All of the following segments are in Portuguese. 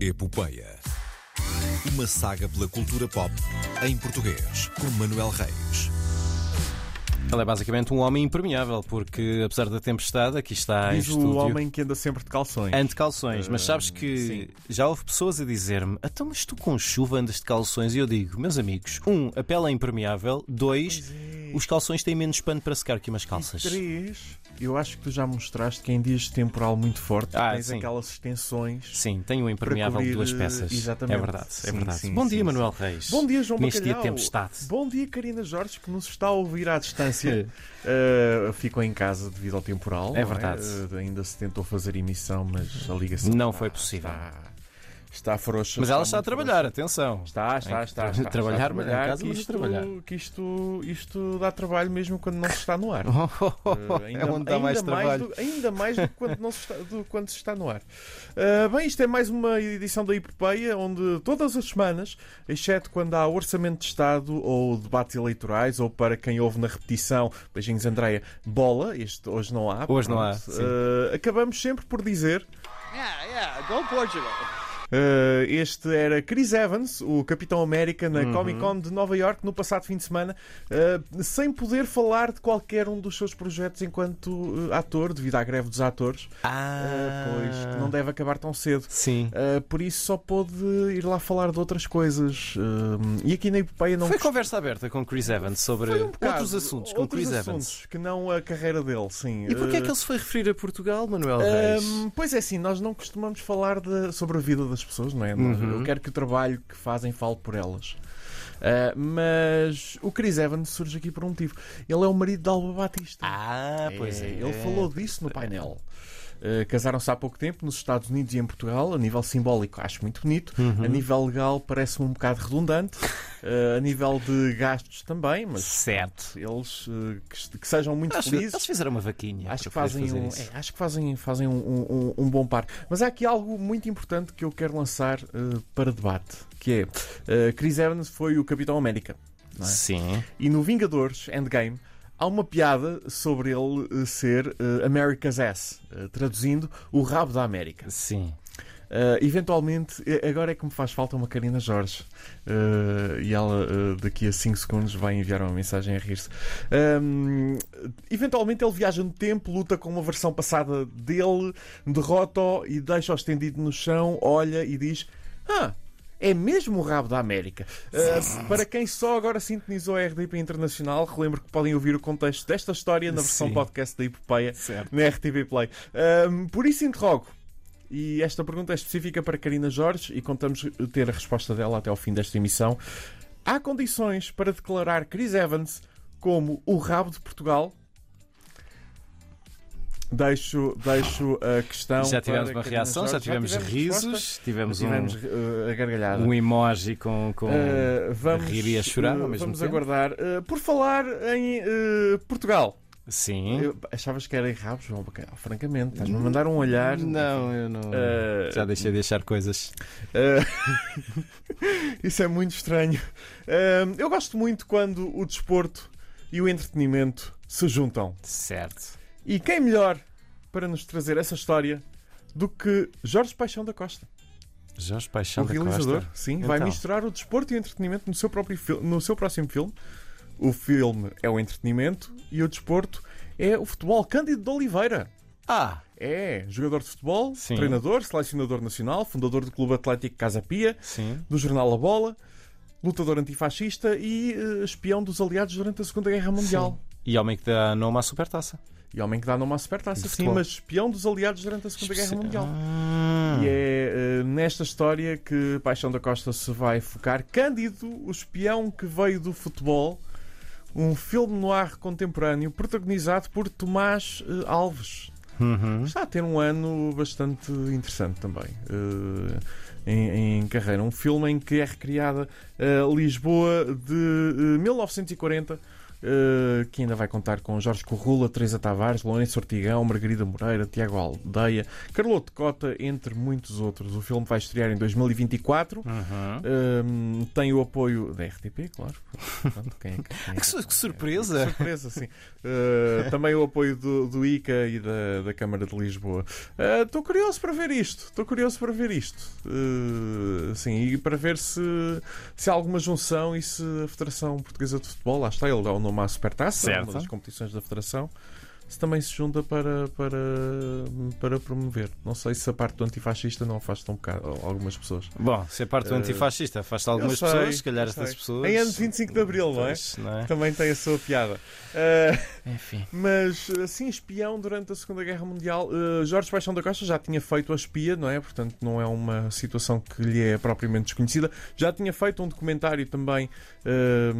Epopeia. Uma saga pela cultura pop em português, com Manuel Reis. Ele é basicamente um homem impermeável, porque apesar da tempestade, aqui está em Diz estúdio. o homem que anda sempre de calções. Ande calções, mas sabes que sim. já houve pessoas a dizer-me: então, mas tu com chuva andas de calções? E eu digo, meus amigos, um, a pele é impermeável, dois, os calções têm menos pano para secar que umas calças. é. Três, eu acho que tu já mostraste que em dias de temporal muito forte Ah, tens sim. aquelas extensões. Sim, tem um impermeável de cobrir, duas peças. exatamente. É verdade, é Sim, verdade. sim, Bom sim, dia, sim. Manuel Reis. Bom dia, João Neste dia de Bacalhau. tempestade. Bom dia, Karina Jorge, que nos está a ouvir à distância. Uh, ficou em casa devido ao temporal. É não verdade. Uh, ainda se tentou fazer emissão, mas a ligação. Não está- foi possível. Está, está frouxa. Mas ela está a muito trabalhar, atenção. Está, está, está. está, Trabalhar, está a mas em casa, que mas a isto, trabalhar. Que isto, isto dá trabalho mesmo quando não se está no ar. Eh, ainda, é onde dá ainda mais trabalho. do- ainda mais do que quando, não se está, do que quando se está no ar. Eh, bem, isto é mais uma edição da Hipopeia, onde todas as semanas, exceto quando há orçamento de Estado ou debates eleitorais, ou para quem ouve na repetição, beijinhos Andreia, bola, este hoje não há. Hoje não há, pronto, sim. eh, acabamos sempre por dizer. Yeah, yeah, go Portugal. eh, este era Chris Evans, o Capitão América Uhum. na Comic Con de Nova York no passado fim de semana, eh, sem poder falar de qualquer um dos seus projetos enquanto eh, ator, devido à greve dos atores. Ah, Ah, pois, que não deve acabar tão cedo. Sim. Ah, por isso só pôde ir lá falar de outras coisas. Ah, e aqui na Epopeia não Foi conversa aberta com Chris Evans sobre Foi um bocado. outros assuntos com Outros Chris Evans. assuntos que não a carreira dele, sim. E porquê é que Ah, ele se foi referir a Portugal, Hum, Manuel Reis? Ahm, pois é, assim, nós não costumamos falar de- sobre a vida das pessoas, não é? Uhum. Eu quero que o trabalho que fazem fale por elas. Ah, mas o Chris Evans surge aqui por um motivo. Ele é o marido de Alba Batista. Ah, pois é. Ele falou disso no painel. Uh, Casaram-se há pouco tempo nos Estados Unidos e em Portugal. A nível simbólico, acho muito bonito. Uhum. A nível legal, parece-me um bocado redundante. Uh, a nível de gastos, também. Mas Certo. eles uh, que, est- que sejam muito Acho, felizes. eles fizeram uma vaquinha. Acho que, para poder fazem fazer um, isso. é, acho que fazem, fazem um, um- um- um bom par. Mas há aqui algo muito importante que eu quero lançar uh, para debate, que é uh, Chris Evans foi o Capitão América. não é? Sim. E no Vingadores Endgame há uma piada sobre ele eh, ser eh, America's Ass, eh, traduzindo o rabo da América. Sim. Eh, eventualmente, eh, agora é que me faz falta uma Karina Jorge. Eh, e ela, eh, daqui a 5 segundos, vai enviar uma mensagem a rir-se. Ahm, eventualmente, ele viaja no tempo, luta com uma versão passada dele, derrota-o e deixa-o estendido no chão, olha e diz: Ah, é mesmo o rabo da América. Uh, para quem só agora sintonizou a RDP Internacional, relembro que podem ouvir o contexto desta história na versão Sim. podcast da Hipopeia Certo. na RTP Play. Um, por isso interrogo. E esta pergunta é específica para Karina Jorge e contamos ter a resposta dela até ao fim desta emissão. Há condições para declarar Chris Evans como o rabo de Portugal? Deixo, deixo a questão. já tivemos uma para Então, Karina reação, Jorge. já tivemos, resposta? risos, tivemos, Tivemos eh, a gargalhada. um, um emoji com. com... Eh, vamos, a rir e a chorar ao eh, mesmo vamos tempo. aguardar. Eh, por falar em eh, Portugal, Sim. Eu- achavas que era errado, João Bacalhau? Francamente, estás-me a mandar um olhar. Não, eu não. Eh, Já deixei de achar coisas. eh, isso é muito estranho. Eh, eu gosto muito quando o desporto e o entretenimento se juntam. Certo. E quem melhor para nos trazer essa história do que Jorge Paixão da Costa, Jorge Paixão o da realizador? Costa. Sim, vai Então. misturar o desporto e o entretenimento no seu, próprio fil- no seu próximo filme. O filme é o entretenimento e o desporto é o futebol. Cândido de Oliveira. Ah, É jogador de futebol, Sim. treinador, selecionador nacional, fundador do Clube Atlético Casa Pia, sim. do jornal A Bola, lutador antifascista e eh, espião dos aliados durante a Segunda Guerra Mundial. E homem que dá nome à supertaça. E homem que dá nome à supertaça, De sim, futebol. mas espião dos aliados durante a Segunda Guerra Mundial. Ah. E é eh, nesta história que Paixão da Costa se vai focar. Cândido, o espião que veio do futebol, um filme no ar contemporâneo protagonizado por Tomás eh, Alves. Uhum. Está a ter um ano bastante interessante também eh, em, em carreira. Um filme em que é recriada eh, Lisboa de eh, 1940. eh, eh, que ainda vai contar com Jorge Corrula, Teresa Tavares, Lourenço Ortigão, Margarida Moreira, Tiago Aldeia, Carlote Cota, entre muitos outros. O filme vai estrear em 2024. Uhum. Hum, tem o apoio da RTP, claro. Portanto, quem é que- quem é Que, su- que surpresa! Surpresa, sim. Uh, também o apoio do, do ICA e da, da Câmara de Lisboa. Estou curioso para ver isto. Estou curioso para ver isto. Uh, sim, e para ver se, se há alguma junção e se a Federação Portuguesa de Futebol, lá está, ele dá o nome à Supertaça, é Certo. uma das competições da Federação. Se também se junta para, para, para promover. Não sei se a parte do antifascista não afasta um bocado algumas pessoas. Bom, se a parte do Eh, antifascista afasta algumas sei, pessoas, se calhar eu estas sei. pessoas. Em anos 25 de Abril, não é? Pois, não é? Também tem a sua piada. Uh, Enfim. Mas, assim, espião durante a Segunda Guerra Mundial, eh, Jorge Paixão da Costa já tinha feito a espia, não é? Portanto, não é uma situação que lhe é propriamente desconhecida. Já tinha feito um documentário também eh,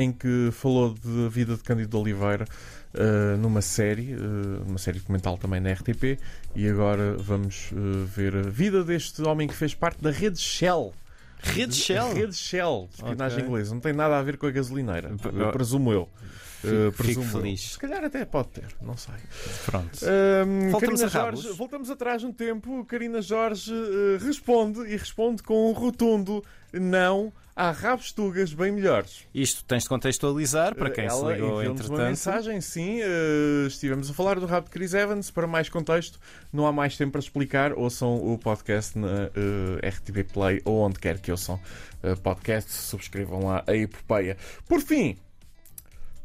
em que falou de vida de Cândido de Oliveira eh, numa série, eh, uma série documental também na RTP. E agora vamos eh, ver a vida deste homem que fez parte da rede Shell. Rede Shell. Então, Rede Shell, de espionagem Ok. inglesa. Não tem nada a ver com a gasolineira, P- eu presumo eu. Fico- Eh, fico presumo eu. feliz. Se calhar até pode ter, não sei. Pronto. Hum, Voltamos Carina a Rabos. Jorge, voltamos atrás no tempo. Carina Jorge eh, responde e responde com um rotundo não. Há rabos tugas bem melhores. Isto tens de contextualizar para quem Eh, se Ela ligou enviou-nos uma entretanto. mensagem, sim. eh, estivemos a falar do rabo de Chris Evans. Para mais contexto, não há mais tempo para explicar. Ouçam o podcast na eh, RTP Play ou onde quer que ouçam eh, podcast. Subscrevam lá a epopeia. Por fim,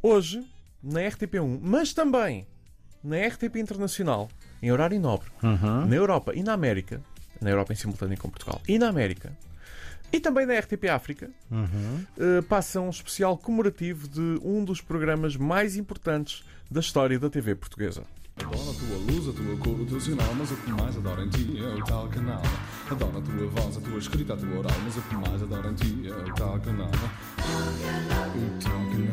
hoje, na RTP1, mas também na RTP Internacional, em horário nobre, Uhum. na Europa e na América, na Europa em simultâneo com Portugal, e na América, e também na RTP África, Uhum. eh, passa um especial comemorativo de um dos programas mais importantes da história da TV portuguesa. Adoro a tua luz, a tua cor, o teu sinal, mas o que mais adoro em ti é o tal canal. Adoro a tua voz, a tua escrita, a tua oral, mas o que mais adoro em ti é o tal canal. O tal canal.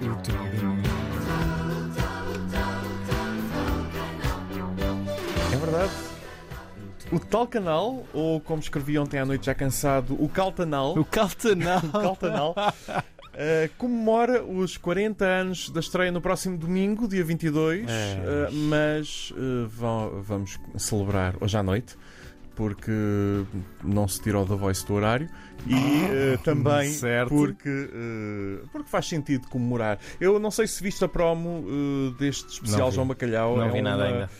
O tal canal. É verdade. O tal canal, ou como escrevi ontem à noite já cansado, o Caltanal. O Caltanal. Caltanal. eh, comemora os 40 anos da estreia no próximo domingo, dia 22, É. eh, mas eh, vão- vamos celebrar hoje à noite, porque não se tirou da voz do horário e eh, também Ah, certo. Porque, eh, porque faz sentido comemorar. Eu não sei se viste a promo eh, deste especial vi. João Bacalhau. Não é vi nada uma- ainda.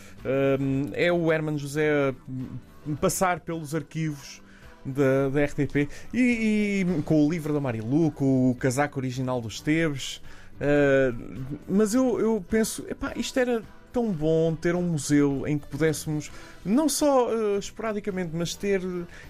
Hum, é o Herman José hum, passar pelos arquivos da, da RTP e, e com o livro da Marilu, com o casaco original dos Teves. Ah, mas eu, eu penso, epá, isto era tão bom ter um museu em que pudéssemos, não só ah, esporadicamente, mas ter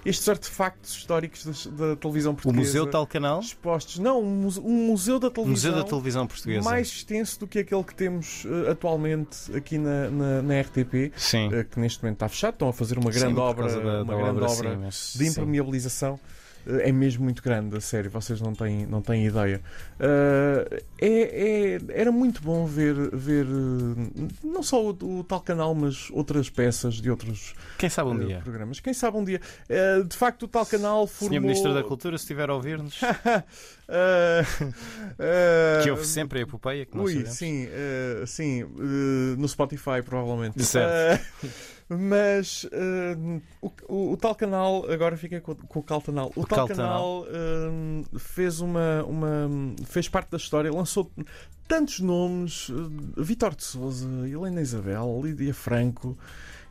estes artefactos históricos das- da, televisão O portuguesa Museu Tal Canal. expostos. Não, um muse- um museu da O televisão. Museu da Televisão Portuguesa. Mais extenso do que aquele que temos eh, atualmente aqui na, na- na RTP, Sim. eh, que neste momento está fechado. Estão a fazer uma Ah. Sim, grande por obra, causa da- uma da grande sim, obra, mas de sim. impermeabilização. Eh, É mesmo muito grande, a sério, vocês não têm, não têm ideia. Eh, é- é- era muito bom ver, ver eh, não só o, o tal canal, mas outras peças de outros Quem sabe um eh, dia. programas. Quem sabe um dia. Eh, de facto, o tal canal formou. Senhor Ministro da Cultura, se estiver a ouvir-nos, Eh, eh, que houve sempre a epopeia que não Ui, sabemos. sim, eh, sim, eh, no Spotify provavelmente. De certo. Eh, mas eh, o, o- o tal canal, agora fica com, com o Caltanal. O, tal canal, eh, fez uma, uma. fez parte da história, lançou tantos nomes: eh, Vitor de Souza, Helena Isabel, Lídia Franco,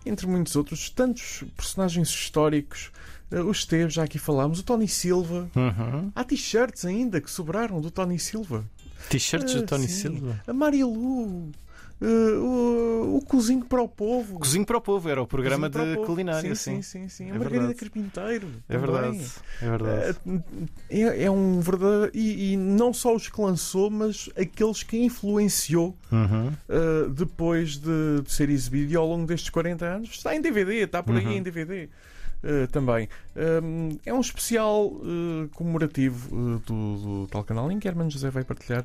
entre muitos outros, tantos personagens históricos. Eh, o Esteves, já aqui falámos, o Tony Silva. Uhum. Há t-shirts ainda que sobraram do Tony Silva. T-shirts Ah, do Tony sim. Silva. A Marilu, eh, o, o Cozinho para o Povo. Cozinho para o Povo era o programa Cozinho para de o Povo. culinária, Sim, sim. sim, sim. sim. É a Margarida verdade. Carpinteiro. É verdade. também. É verdade. Eh, É, é um verdadeiro. E, e não só os que lançou, mas aqueles que influenciou Uhum. eh, depois de, de ser exibido e ao longo destes 40 anos. Está em DVD, está por Uhum. aí em DVD. eh, também Um, é um especial eh, comemorativo eh, do, do tal canal em que Hermano José vai partilhar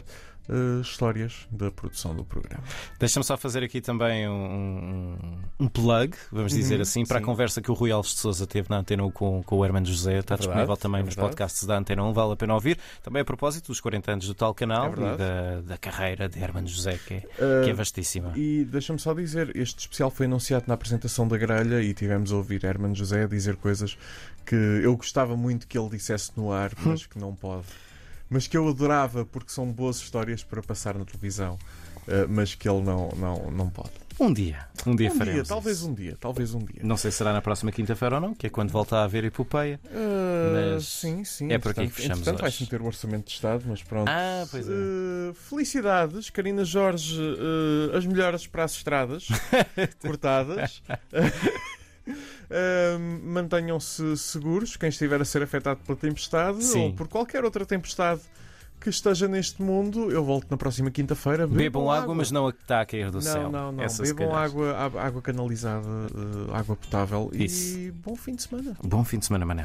eh, histórias da produção do programa. Deixa-me só fazer aqui também um, um- um plug, vamos dizer assim, para Uhum. sim. a conversa que o Rui Alves de Souza teve na Antena 1 com, com o Hermano José. Está É verdade, disponível também é nos verdade. podcasts da Antena 1, vale a pena ouvir. Também a propósito dos 40 anos do tal canal É verdade. e da, da carreira de Hermano José, que é, Ah, que é vastíssima. E deixa-me só dizer, este especial foi anunciado na apresentação da grelha e tivemos a ouvir Herman José dizer coisas que eu gostava muito que ele dissesse no ar, Hum. mas que não pode. Mas que eu adorava porque são boas histórias para passar na televisão, eh, mas que ele não, não, não pode. Um dia, um dia Um faremos. dia, talvez isso. um dia, talvez um dia. Não sei se será na próxima quinta-feira ou não, que é quando volta a haver epopeia. Eh, Mas sim, sim. é por aqui entretanto- que fechamos Entretanto, hoje. vai-se meter o orçamento de Estado, mas pronto. Ah, pois é. Eh, felicidades, Karina Jorge, eh, as melhoras para as estradas cortadas. Eh, Mantenham-se seguros, quem estiver a ser afetado pela tempestade Sim. ou por qualquer outra tempestade que esteja neste mundo. Eu volto na próxima quinta-feira. Bebam água, mas não a que está a cair do não, céu. não, não. Essa, se Bebam calhar. água, á- água canalizada, eh, água potável Isso. e bom fim de semana. Bom fim de semana, Manel.